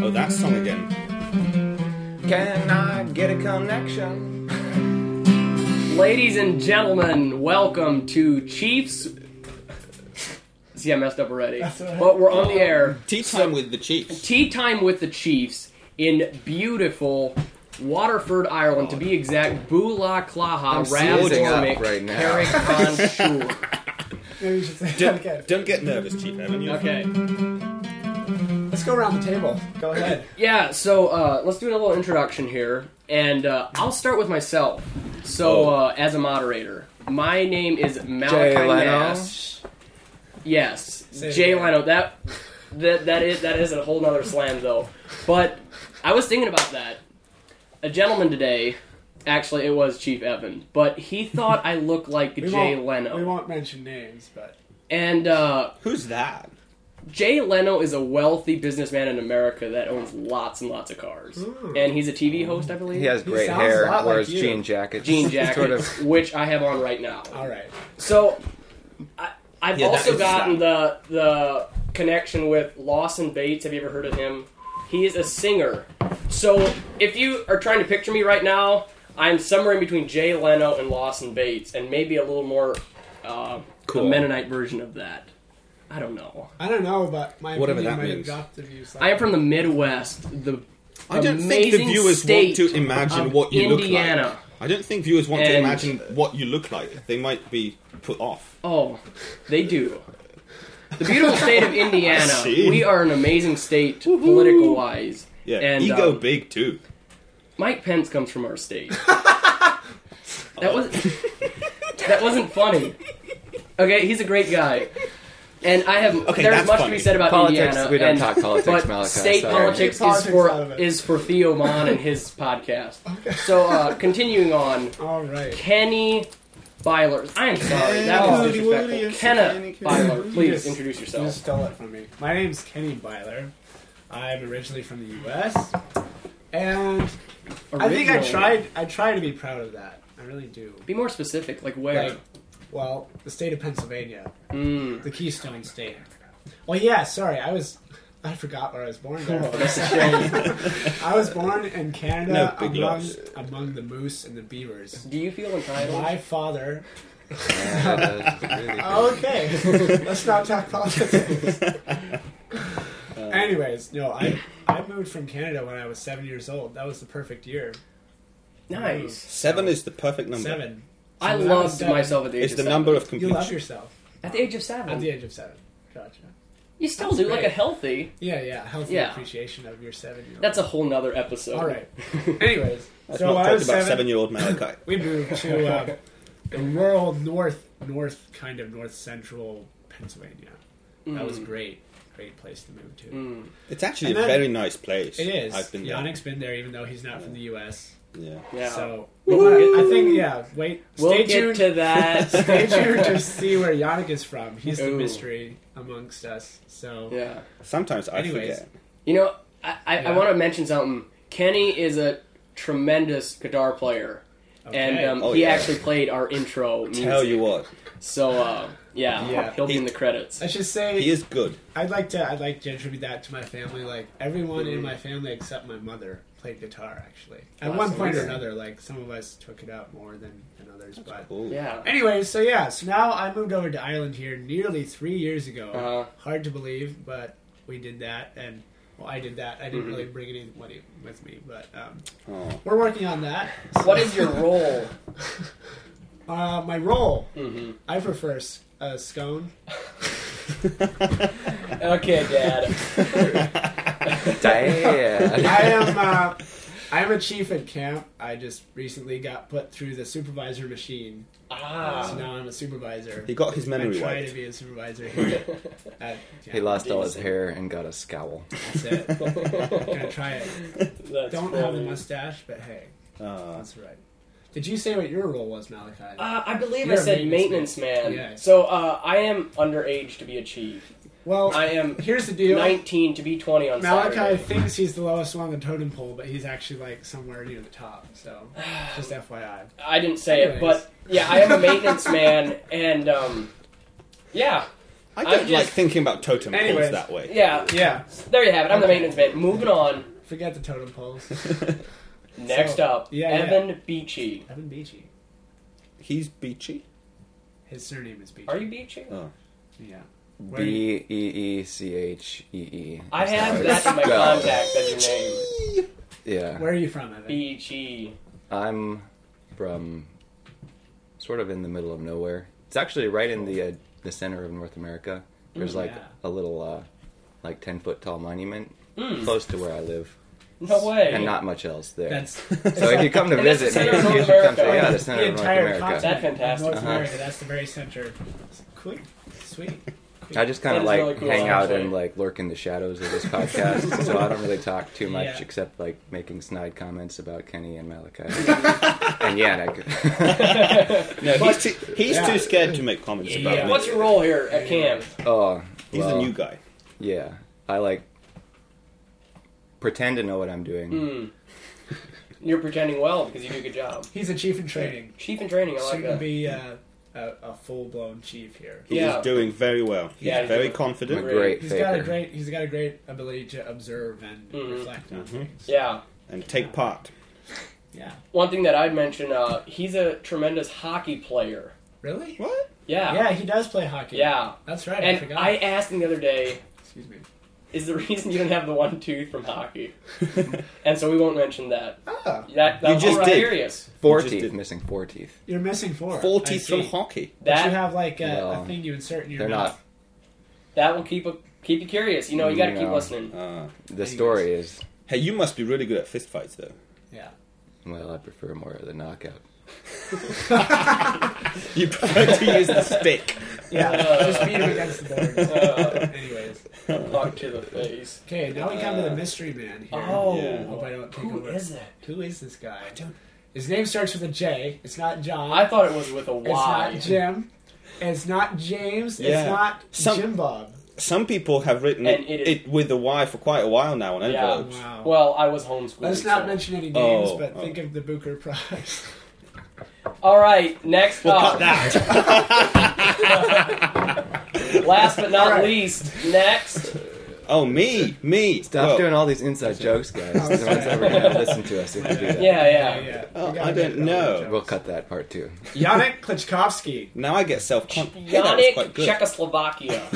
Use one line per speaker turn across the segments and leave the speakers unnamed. Oh, that song again.
Can I get a connection?
Ladies and gentlemen, welcome to Chiefs. See, I messed up already. But we're on the air.
Tea time with the Chiefs.
Tea time with the Chiefs in beautiful Waterford, Ireland, to be exact. Bula Claha,
seizing up
Ravdormic,
right now.
Carrick
Maybe you should say that
Don't,
again.
don't get nervous, Chief Evan. You're
Okay.
Let's go around the table. Go ahead.
Yeah, so uh, let's do a little introduction here, and uh, I'll start with myself. So,
Oh.
uh, as a moderator, my name is Malachi
Jay Leno.
Nash. Yes,
Say it
Jay
again.
Leno. That that that is that is a whole nother slam though. But I was thinking about that. A gentleman today, actually, it was Chief Evan, but he thought I looked like
We
Jay
won't- We
Leno,
won't mention names, but
and uh,
Who's that?
Jay Leno is a wealthy businessman in America that owns lots and lots of cars,
Hmm.
and he's a TV host, I believe.
He has
He
great
sounds
hair,
a lot like
wears
you.
jean jackets.
jean jacket,
Sort of.
which I have on right now.
all right.
So I, I've
Yeah, that
also
is
gotten the the connection with Lawson Bates. Have you ever heard of him? He is a singer. So if you are trying to picture me right now, I'm somewhere in between Jay Leno and Lawson Bates, and maybe a little more uh,
Cool.
a Mennonite version of that. I don't know.
I don't know, but my
Whatever
opinion
that
might
means.
have got the view.
I am from the Midwest. The
I don't think the
amazing
viewers want
state
to imagine
of
what you
Indiana.
look like. I don't think viewers want to
And-
imagine what you look like. They might be put off.
Oh, they do. The beautiful state of Indiana.
see.
We are an amazing state, political wise.
Yeah,
and
ego
um,
big too.
Mike Pence comes from our state. that was that wasn't funny. Okay, he's a great guy, and I have
Okay,
there's
that's
much to
funny.
be said about
Politics,
Indiana.
we don't
and-
talk politics,
but
Malachi,
state
sorry.
politics,
Keep
is
politics out of
for
it.
is for Theo Mon and his podcast. So uh, continuing on,
all right.
Kenny Byler. I am sorry, that was
Woody, Woody,
disrespectful.
it's Kenny,
Kenny
Kenny.
Byler,
You
please
just-
introduce
You
yourself.
just stole it from me. My name's Kenny Byler. I'm originally from the U.S. and I think I
Original.
tried. I try to be proud of that. I really do.
Be more specific, like where?
Like, well, the state of Pennsylvania,
Mm.
the Keystone State. Well, yeah. Sorry, I was. I forgot where I was born.
Oh, that's a
I was born in Canada
No, big
among,
loss.
among the moose and the beavers.
Do you feel entitled?
My father.
Yeah, that's really good.
Oh, Okay, let's not talk
Uh,
politics. Anyways, no, I I moved from Canada when I was seven years old. That was the perfect year.
Nice.
Seven is the perfect number.
Seven.
I
So when I was
loved
seven-
myself at the age
It's
of
the
seven.
number of
You
completion.
love yourself
At the age of seven.
at the age of seven. Gotcha.
you still
That's
do like
great.
a healthy.
Yeah, yeah. Healthy
Yeah.
appreciation of your seven year old.
That's a whole nother episode.
all right. Anyways,
Let's
so
not
when I
talk
was
about
seven,
seven-year-old Malachi.
we moved to uh, the rural north, north kind of north central Pennsylvania. That was great, great place to move to.
Mm.
It's actually
And
a
then-
very nice place.
It is.
I've been there.
Yannick's been there, even though he's not from the U.S.
Yeah.
Yeah.
So
But we'll get-
I think yeah. Wait,
We'll
stay
get
tuned.
to that.
stay tuned to see where Yannick is from. He's the
Ooh.
mystery amongst us. So
yeah.
Sometimes I
Anyways.
forget.
You know, I, I, I
Yeah.
want to mention something. Kenny is a tremendous guitar player. And
Okay.
um,
Oh,
he
yeah.
actually played our intro music.
Tell you what,
So, uh, yeah,
Yeah.
he'll be
He-
in the credits.
I should say
he is good.
I'd like to I'd like to attribute that to my family. Like everyone in my family except my mother played guitar. Actually, at
Wow,
one
so
point or
amazing.
another, like some of us took it up more than, than others. but
Cool.
Yeah.
Anyway, so yeah, so now I moved over to Ireland here nearly three years ago.
Uh-huh.
Hard to believe, but we did that, and well, I did that. I didn't
Mm-hmm.
really bring anybody with me, but um,
Oh.
we're working on that. So,
What is your role?
uh, my role?
Mhm.
I prefer s- a scone.
okay, Dad.
Damn.
I am. Uh, I am a chief at camp. I just recently got put through the supervisor machine, so
Ah.
now I'm a supervisor.
He got his
I
memory
try to
wiped.
be a supervisor here. at camp.
He lost all his hair and got a scowl.
That's it. I'm gonna try it.
That's
Don't have a
funny.
mustache, but hey,
Ah.
that's right. Did you say what your role was, Malachi?
Uh, I believe
You're
I
a
said
maintenance
maintenance man.
Yeah.
So uh, I am underage to be a chief.
well,
I am
here's the deal.
19 to be 20 on
Malachi
Saturday.
thinks he's the lowest one on the totem pole, but he's actually like somewhere near the top. So, just FYI.
I didn't say it,
Anyways.
but yeah, I am a maintenance man, and um, yeah,
I
I'm
don't
just-
like thinking about totem poles
Anyways.
that way.
yeah.
Yeah.
There you have it. I'm the
Okay.
maintenance man. Moving on
Forget the totem poles.
Next
So,
up,
yeah,
Evan Beachy.
Evan Beachy.
He's beachy.
His surname is Beachy.
Are you Beachy?
Oh.
Yeah. Where-
B E E C H E E.
I
That's how
have
it's
that in my
spelled.
contact as your name.
Yeah.
Where are you from, Evan?
Beachy.
I'm from sort of in the middle of nowhere. It's actually right in the uh, the center of North America.
Mm,
There's like
yeah.
a little uh, like ten foot tall monument
Hmm.
close to where I live,
No way.
and not much else there.
That's
so if you come to
And that's the
visit me,
center of
you
North
should come to
America.
yeah, the
the
center of North
entire
America.
continent.
That's fantastic.
North
Uh-huh.
America. That's the very center. Quick, sweet.
I just kind
That
of
is
like
really cool,
hang out
actually.
and like lurk in the shadows of this podcast, so I don't really talk too much
Yeah.
except like making snide comments about Kenny and Malachi. and yeah, and I could-
No, he's too, he's
Yeah.
too scared to make comments
Yeah.
about
Yeah.
me.
What's your role here at camp?
oh,
He's a
well,
new guy.
Yeah, I like pretend to know what I'm doing.
Mm. You're pretending well because you do a good job.
He's a chief in training.
Chief in training, I
Soon
like
to
that.
be uh, a, a full blown chief here.
He
Yeah.
is doing very well. He's
Yeah, he's
very
doing-
I'm a
confident.
Great.
great
He's
faker.
got a great. He's got a great ability to observe and
Mhm.
reflect on
Mhm.
Mm-hmm.
things.
Yeah.
and take part.
Yeah.
One thing that I'd mention, uh, he's a tremendous hockey player.
Really?
What?
Yeah.
Yeah, he does play hockey.
Yeah.
That's right. I
And
forgot.
I asked him the other day,
Excuse me.
is the reason you don't have the one tooth from hockey? and so we won't mention that.
Oh,
That that's
just
all
did.
Hilarious.
Four
You just
teeth,
did-
missing four teeth.
you're missing four. I
Forty
see.
from hockey.
But you
That
have like a,
No.
a thing you insert in your
They're
mouth.
not.
that will keep a, keep you curious. You know, you got to keep
Yeah.
listening.
Ah.
The story is
hey, you must be really good at fistfights, though.
Yeah.
well, I prefer more of the knockout.
You prefer to use the stick.
Yeah.
Uh.
just beat him against the board.
Uh.
Anyways.
Fuck to the face.
Okay, now we come to the mystery man here.
Oh.
Yeah.
Hope I don't take
Who
over.
is it?
Who is this guy? His name starts with a J. It's not John.
I thought it was with a
it's
Y.
not Jim. It's not James.
Yeah.
It's not
Some-
Jim Bob.
Some people have written it,
And it is-
it with a Y for quite a while now on
Yeah.
envelopes.
Wow.
Well, I was homeschooled.
Let's not
so-
mention any names,
Oh,
but
oh.
think of the Booker Prize.
All right, next
We'll
up.
cut that.
Last but
All
not
right.
least, next.
Oh, me, me.
Stop
Well,
doing all these inside jokes, guys.
Oh,
No one's
sorry.
ever gonna listen to us if we do that.
Yeah, yeah.
Oh,
We gotta
I
get
don't
that
know.
one,
We'll
Jones.
cut that part too.
Yannick Klitschkovsky.
Now I get self confidence. Hey, that was
Yannick
quite good.
Czechoslovakia.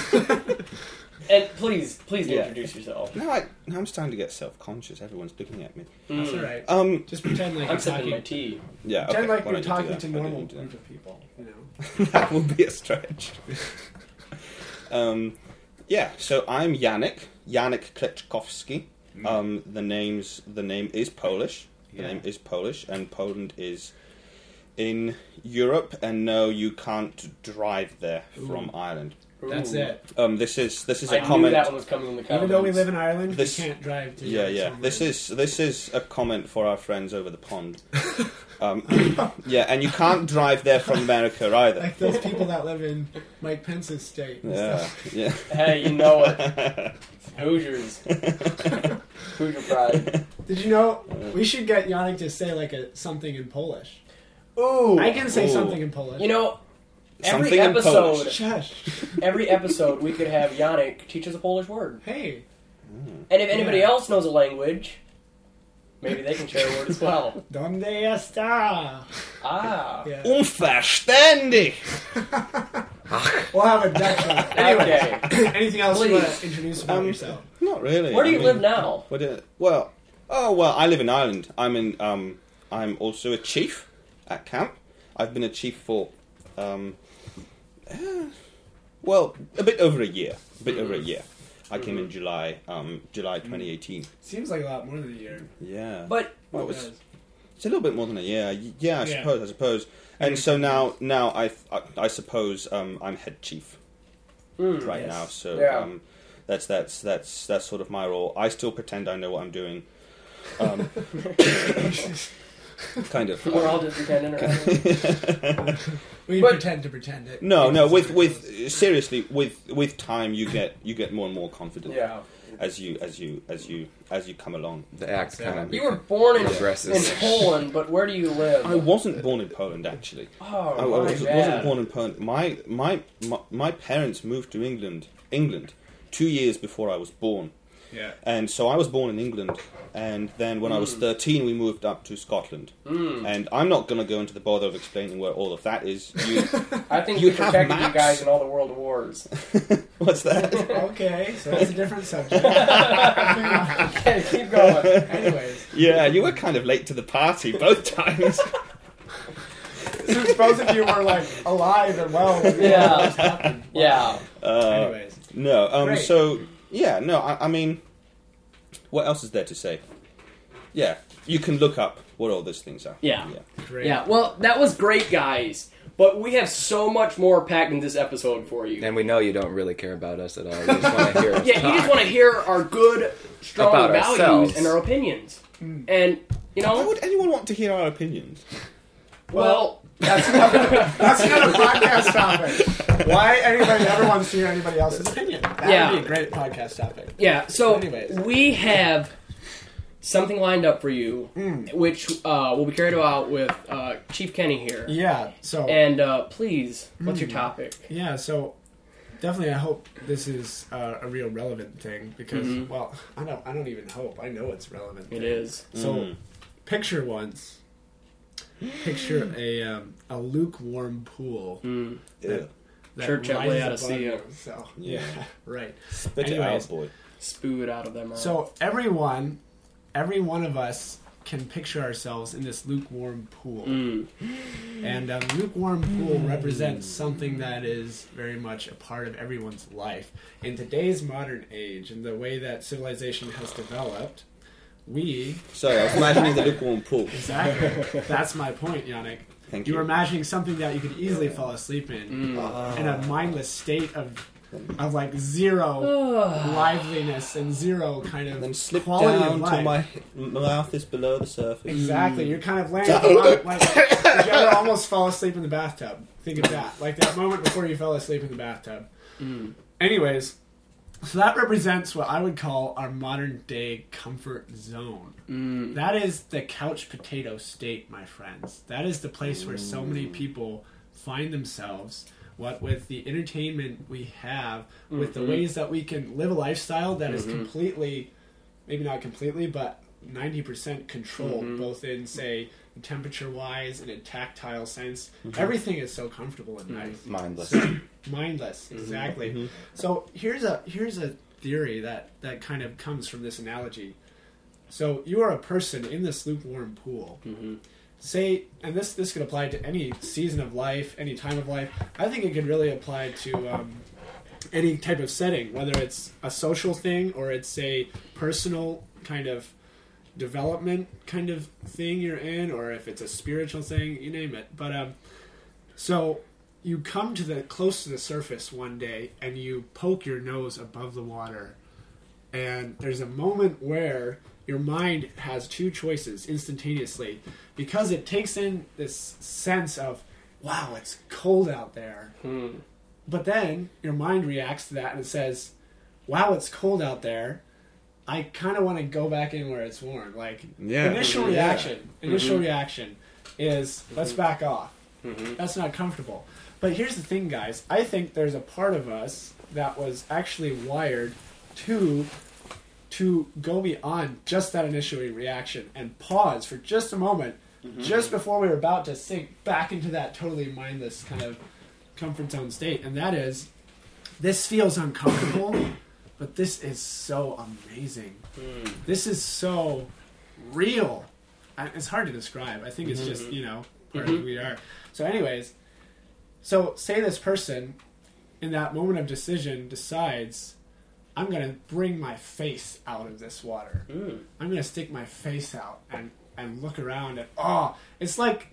and please, please do
Yeah.
introduce yourself.
now, I, now I'm starting to get self conscious. Everyone's looking at me.
That's all right.
Um,
Just pretend like
Mm. I'm
you're
sipping my
talking.
tea.
yeah.
Pretend
okay,
like
why don't
you're
you do
talking
that?
to
Why don't
normal
you do that?
group of people. You know.
that would be a stretch. um, yeah, so I'm Yannick, Yannick Klitschkowski.
Mm.
Um, the name's the name is Polish. The
Yeah.
name is Polish, and Poland is in Europe. And no, you can't drive there from Ireland.
Ooh.
That's it.
Um, this is this is
I
a
knew
comment.
that one was coming in the comments.
Even though we live in Ireland,
This-
we can't drive to.
Yeah, yeah.
somewhere.
This is this is a comment for our friends over the pond. Um, yeah, and you can't drive there from America either.
like those people that live in Mike Pence's state. and
Yeah,
stuff.
yeah.
Hey, you know it. Hoosiers. Hoosier pride.
Did you know we should get Yannick to say like a something in Polish?
Ooh.
I can say
Ooh.
something in Polish.
You know, every
Something in
episode,
Polish.
Shush.
every episode, we could have Yannick teach us a Polish word.
Hey,
And if anybody
Yeah.
else knows a language, maybe they can share a word as well.
donde está?
Ah.
Yeah.
Unverständig.
We'll have a Dutch one. Anyway, anything else you want
Please.
to introduce about
Um,
yourself?
Not really.
Where do
I
you
mean,
live now?
What do- well, oh well, I live in Ireland. I'm in. Um, I'm also a chief at camp. I've been a chief for, um, eh, well, a bit over a year. A bit over a year. I came in July, um, July
Mm.
2018.
Seems like a lot more than a year.
Yeah,
But
well, it was, it's a little bit more than a year. Y- Yeah, I
Yeah.
suppose. I suppose.
Mm.
And so now, now I, I, I suppose um, I'm head chief
Mm.
right
Yes.
now. So
Yeah.
um, that's that's that's that's sort of my role. I still pretend I know what I'm doing. Um, kind of.
we're all just pretending. Right?
we
But-
pretend to pretend it.
no, no. With with seriously, with with time, you get you get more and more confident
yeah.
as you as you as you as you come along.
The act kind of
You were born in, in
Progresses.
Poland, but where do you live?
I wasn't born in Poland, actually.
oh,
I, I
my
wasn't,
bad.
wasn't born in Poland. My, my my my parents moved to England, England, two years before I was born,
Yeah.
And so I was born in England, and then when I
Hmm.
was 13, we moved up to Scotland.
Mm.
And I'm not going to go into the bother of explaining where all of that is. You,
I think
You
we
have
protected you
maps?
guys in all the world wars.
what's that?
Okay, so that's a different subject. Anyway,
Okay, keep going.
Anyways,
yeah, you were kind of late to the party both times.
since both of you were like alive and well, when we
Yeah.
all this happened.
Yeah.
Uh,
Anyways,
no, um,
Great.
so yeah, no, I, I mean, what else is there to say? Yeah, you can look up what all those things are.
Yeah.
yeah.
great.
Yeah, well, that was great, guys. But we have so much more packed in this episode for you.
And we know you don't really care about us at all. You just want to hear us
yeah,
talk.
you just want to hear our good, strong
About
values
ourselves.
and our opinions. And,
Why
you know,
Mm. would anyone want to hear our opinions?
well,
That's another, that's another podcast topic. Why anybody ever wants to hear anybody else's opinion? That
Yeah.
would be a great podcast topic.
yeah, so
Anyways.
we have something lined up for you,
Hmm.
which uh, will be carried out with uh, Chief Kenny here.
Yeah. Hmm. So
And uh, please, what's your topic?
yeah. So definitely, I hope this is uh, a real relevant thing because
Mhm.
well, I don't. I don't even hope. I know it's relevant.
It is.
So
Mm.
picture once. Picture a um, a lukewarm pool.
Mm.
Yeah.
that
Church at
rises
Lay Out of
above
Sea.
you. So
Yeah.
right.
Spit
Anyways.
it out, boy.
Spew it out of their mouth.
So everyone, every one of us can picture ourselves in this lukewarm pool,
Mm.
and a lukewarm pool represents something that is very much a part of everyone's life. In today's modern age, and the way that civilization has developed, we
Sorry, I was imagining the lukewarm pool.
exactly. That's my point, Yannick.
Thank
You
you.
were imagining something that you could easily fall asleep in,
Uh-huh.
in a mindless state of, of like zero liveliness and zero kind of
Then slip
quality of
down
life.
till my Mm. m- mouth is below the surface.
Exactly. You're kind of laying on the bottom, like did you ever almost fall asleep in the bathtub? Think of that. Like that moment before you fell asleep in the bathtub. Anyways, so that represents what I would call our modern day comfort zone.
Mm. Hmm.
That is the couch potato state, my friends. That is the place where so many people find themselves. What with the entertainment we have, with the ways that we can live a lifestyle that is completely maybe not completely, but 90% controlled, both in, say, temperature wise and in tactile sense. Everything is so comfortable and nice.
mindless.
Mindless, exactly. So here's a here's a theory that, that kind of comes from this analogy. So you are a person in this lukewarm pool. Say, and this this could apply to any season of life, any time of life. I think it could really apply to um, any type of setting, whether it's a social thing or it's a personal kind of development kind of thing you're in, or if it's a spiritual thing, you name it. But um, so you come to the close to the surface one day and you poke your nose above the water, and there's a moment where your mind has two choices instantaneously because it takes in this sense of wow it's cold out there but then your mind reacts to that and it says, "Wow, it's cold out there. I kind of want to go back in where it's warm." Like
Yeah. Mm-hmm.
initial
Mhm.
reaction. Initial reaction is let's back off.
Mm-hmm.
That's not comfortable. But here's the thing, guys. I think there's a part of us that was actually wired to to go beyond just that initial reaction and pause for just a moment,
Mm-hmm.
just before we were about to sink back into that totally mindless kind of comfort zone state, and that is this feels uncomfortable, but this is so amazing. This is so real. I, it's hard to describe. I think it's just you know part of who we are. So, anyways, so say this person in that moment of decision decides. I'm gonna bring my face out of this water. I'm gonna stick my face out and, and look around and oh, it's like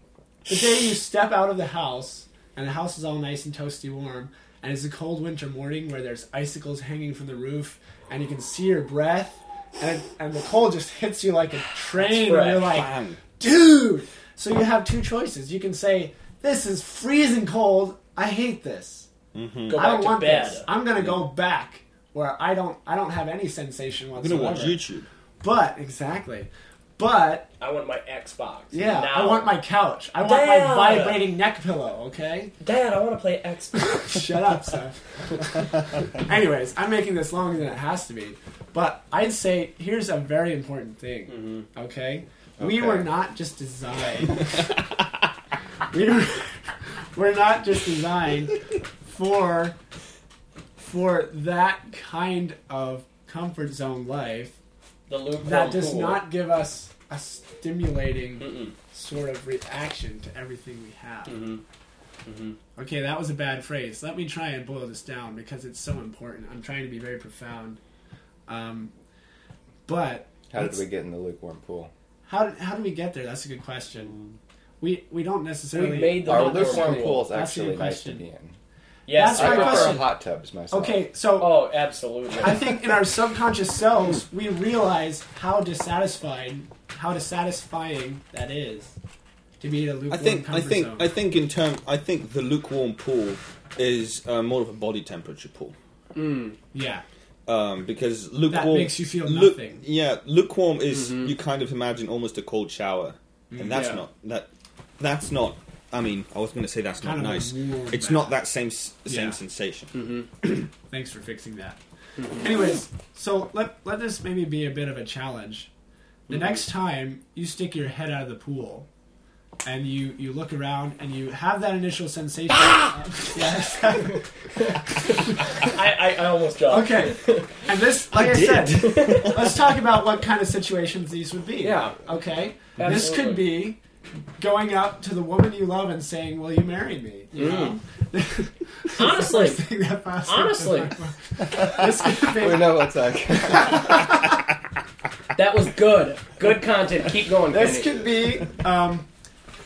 the day you step out of the house and the house is all nice and toasty warm and it's a cold winter morning where there's icicles hanging from the roof and you can see your breath and and the cold just hits you like a train and you're like
Bang.
dude. So you have two choices. You can say this is freezing cold. I hate this.
Go
I
back
don't
to
want
bed.
this. I'm gonna go back where I don't I don't have any sensation
I'm
whatsoever.
going to watch YouTube.
But exactly. But
I want my Xbox.
yeah,
now.
I want my couch. I want my
Damn.
vibrating neck pillow. Okay,
Dad, I want to play Xbox.
shut up, son. Anyways, I'm making this longer than it has to be, but I'd say here's a very important thing. Okay? we
Okay.
were not just designed. we were, we're not just designed for for that kind of comfort zone life
the loop
that does not give us a stimulating sort of reaction to everything we have. Okay, that was a bad phrase. Let me try and boil this down because it's so important. I'm trying to be very profound. Um, but
How did
let's-
we get in the lukewarm pool?
How did, how did we get there? That's a good question. We we don't necessarily.
made the
Our
lukewarm
lukewarm
pool.
pool is
That's a
actually
good
nice to
question.
be in.
Yes.
That's
I
my
prefer
question.
hot tubs myself.
okay, so
Oh, absolutely.
I think in our subconscious selves we realize how dissatisfied, how dissatisfying that is to be in a lukewarm
I think I
comfort
think
zone.
I think in term I think the lukewarm pool is uh, more of a body temperature pool.
Hmm.
yeah.
Um, because lukewarm
makes you feel
lu-
nothing.
yeah, lukewarm is you kind of imagine almost a cold shower,
Mm,
and that's
Yeah.
not that. That's not. I mean, I was going to say that's
Kind
not
of a
nice.
warm
It's
bath.
not that same s- same
Yeah.
sensation.
Thanks for fixing that.
Mm-hmm.
Anyways, so let let this maybe be a bit of a challenge. The
Mm-hmm.
next time you stick your head out of the pool and you, you look around and you have that initial sensation.
Ah!
Yeah.
I, I, I almost dropped.
okay. And this like I, said, let's talk about what kind of situations these would be.
Yeah.
Okay. This
Absolutely.
could be going up to the woman you love and saying, Will you marry me?
Mm.
You know?
Honestly,
Thing that passed through
Honestly.
my mind. this could be
We know what's like.
that was good. Good content. Keep going.
This
Kenny.
could be um,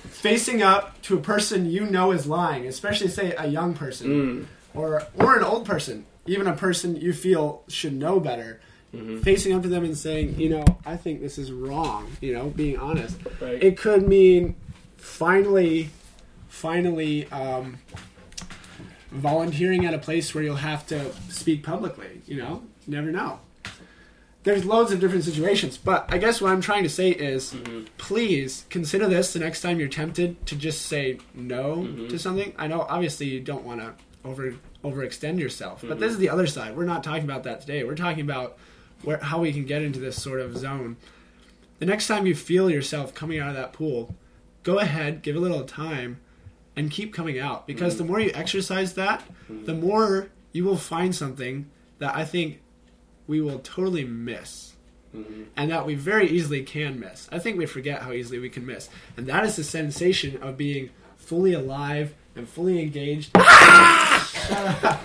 facing up to a person you know is lying, especially say a young person or or an old person, even a person you feel should know better. Facing up to them and saying, you know, I think this is wrong. You know, being honest.
Right.
It could mean finally, finally. Um, volunteering at a place where you'll have to speak publicly you know you never know there's loads of different situations but i guess what i'm trying to say is please consider this the next time you're tempted to just say no to something i know obviously you don't want to over overextend yourself but this is the other side we're not talking about that today we're talking about where, how we can get into this sort of zone the next time you feel yourself coming out of that pool go ahead give a little time and keep coming out because the more you exercise that, the more you will find something that I think we will totally miss
Mm-hmm.
and that we very easily can miss. I think we forget how easily we can miss. And that is the sensation of being fully alive and fully engaged. Shut up.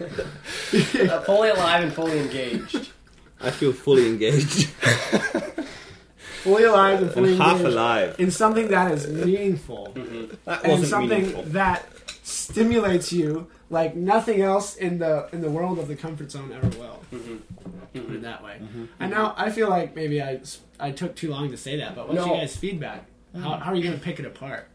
Uh, fully alive and fully engaged.
I feel fully engaged
fully alive and
and
fully
half
engaged
alive.
in something that is meaningful.
Mm-hmm.
That
and
wasn't
something
meaningful.
that stimulates you like nothing else in the in the world of the comfort zone ever will.
Mm-hmm.
Put it that way.
Mm-hmm.
And now I feel like maybe I s- I took too long to say that, but what's
No.
your guys' feedback? How,
Mm.
how are you going to pick it apart?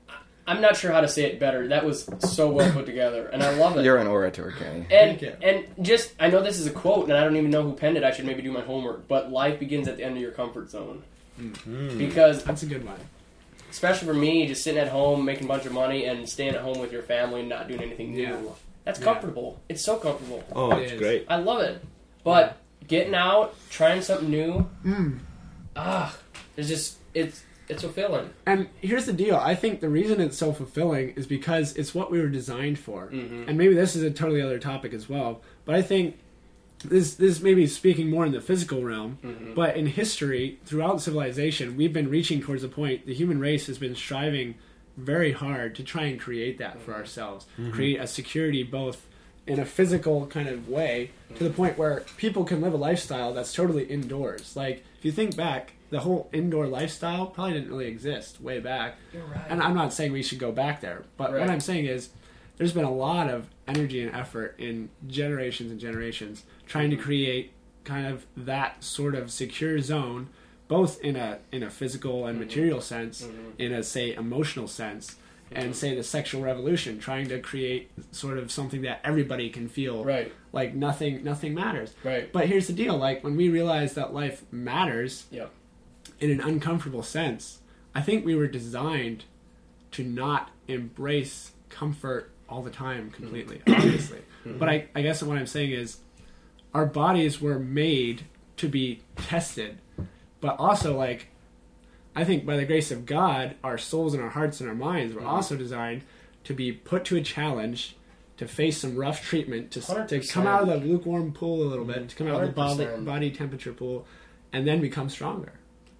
I'm not sure how to say it better. That was so well put together, and I love it.
You're an orator, Kenny.
and,
Thank
and just, I know this is a quote, and I don't even know who penned it. I should maybe do my homework. But life begins at the end of your comfort zone.
Hmm.
Because
That's a good one.
especially for me, just sitting at home, making a bunch of money, and staying at home with your family and not doing anything new.
Yeah.
That's
Yeah.
comfortable. It's so comfortable.
Oh,
It
it's
is.
great.
I love it. But getting out, trying something new,
Hmm.
ah, it's just it's it's fulfilling.
And here's the deal. I think the reason it's so fulfilling is because it's what we were designed for. And maybe this is a totally other topic as well. But I think this this may be speaking more in the physical realm. But in history, throughout civilization, we've been reaching towards a point. The human race has been striving very hard to try and create that for ourselves, create a security both in a physical kind of way to the point where people can live a lifestyle that's totally indoors. Like if you think back, the whole indoor lifestyle probably didn't really exist way back.
You're right.
And I'm not saying we should go back there, but
Right.
what I'm saying is there's been a lot of energy and effort in generations and generations trying
Mm-hmm.
to create kind of that sort of secure zone
Mm-hmm.
both in a in a physical and material sense in a say emotional sense
Mm-hmm.
and say the sexual revolution, trying to create sort of something that everybody can feel
Right.
like nothing nothing matters.
Right.
But here's the deal: like when we realized that life matters
Yep.
in an uncomfortable sense, I think we were designed to not embrace comfort all the time completely, obviously. But I, I guess what I'm saying is our bodies were made to be tested, but also, like, I think by the grace of God, our souls and our hearts and our minds were also designed to be put to a challenge. To face some rough treatment, to, to come
100%.
out of the lukewarm pool a little bit, to come out of the body,
100%.
body temperature pool, and then become stronger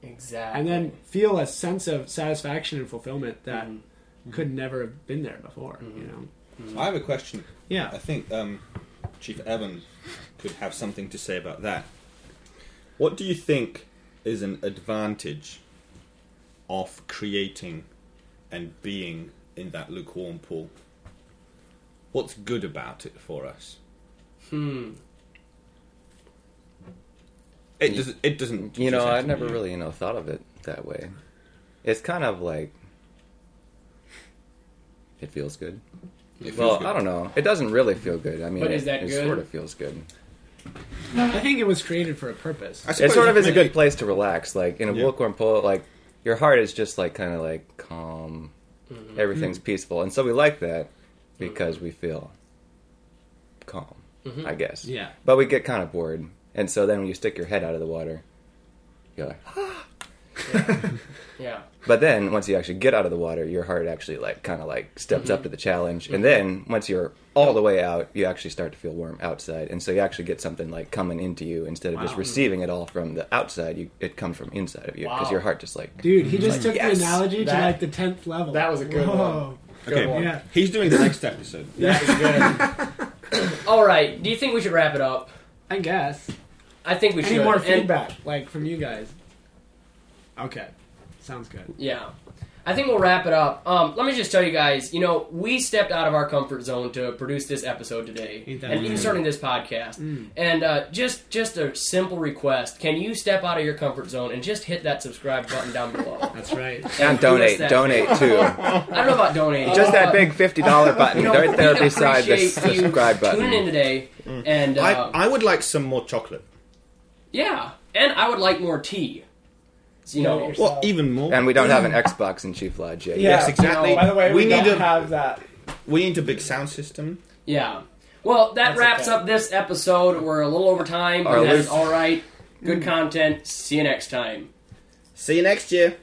Exactly.
and then feel a sense of satisfaction and fulfillment that could never have been there before. You know?
I have a question. I
Yeah.
think um, Chief Evan could have something to say about that. What do you think is an advantage of creating and being in that lukewarm pool? What's good about it for us?
hmm.
It doesn't. It doesn't.
You know,
present
I
to
never
me.
really, you know, thought of it that way. It's kind of like it feels good.
It feels
well,
good.
I don't know. It doesn't really feel good. I mean,
But is
it-
that
it,
good?
sort of feels good.
I think it was created for a purpose.
I
It
suppose
sort of is a
maybe-
good place to relax. Like in a
Yeah.
lukewarm pool, like your heart is just like kind of like calm.
Mm-hmm.
Everything's peaceful, and so we like that because we feel calm.
Mm-hmm.
I guess.
Yeah.
But we get kind of bored, and so then when you stick your head out of the water, you're like.
Yeah.
But then once you actually get out of the water, your heart actually like kind of like steps
Mm-hmm.
up to the challenge. And then once you're all the way out, you actually start to feel warm outside. And so you actually get something like coming into you instead of just
Wow.
receiving it all from the outside. You it comes from inside of you because
Wow.
your heart just like
Dude, he just took
yes,
the analogy
that-
to like the tenth level.
that was a good
Whoa.
Good
Okay.
one.
Yeah.
He's doing the next episode.
That is good. All right. Do you think we should wrap it up?
I guess.
I think we
Any
should.
more
And-
feedback, like from you guys? Okay. Sounds good.
Yeah. I think we'll wrap it up. Um, let me just tell you guys, you know, we stepped out of our comfort zone to produce this episode today,
Ain't that Mm.
and
right?
even starting this podcast. And uh, just just a simple request: Can you step out of your comfort zone and just hit that subscribe button down below?
That's right.
and
do us
donate,
that
donate too.
I don't know about donating,
Just
but,
that big fifty dollar button
You know,
right there
we'd
beside the
appreciate you
subscribe
Tuning in
button. Mm.
today, and
I,
uh,
I would like some more chocolate.
yeah, and I would like more tea. So, you know,
Yourself.
Well, even more.
And we don't have an Xbox in Chief Lodge yet.
yes, exactly.
No, by
we, need a
have that.
we need a big sound system.
Yeah. Well, that
That's
wraps
okay.
up this episode. We're a little over time, but
Our
that's
list.
all right. Good content. See you next time.
See you next year.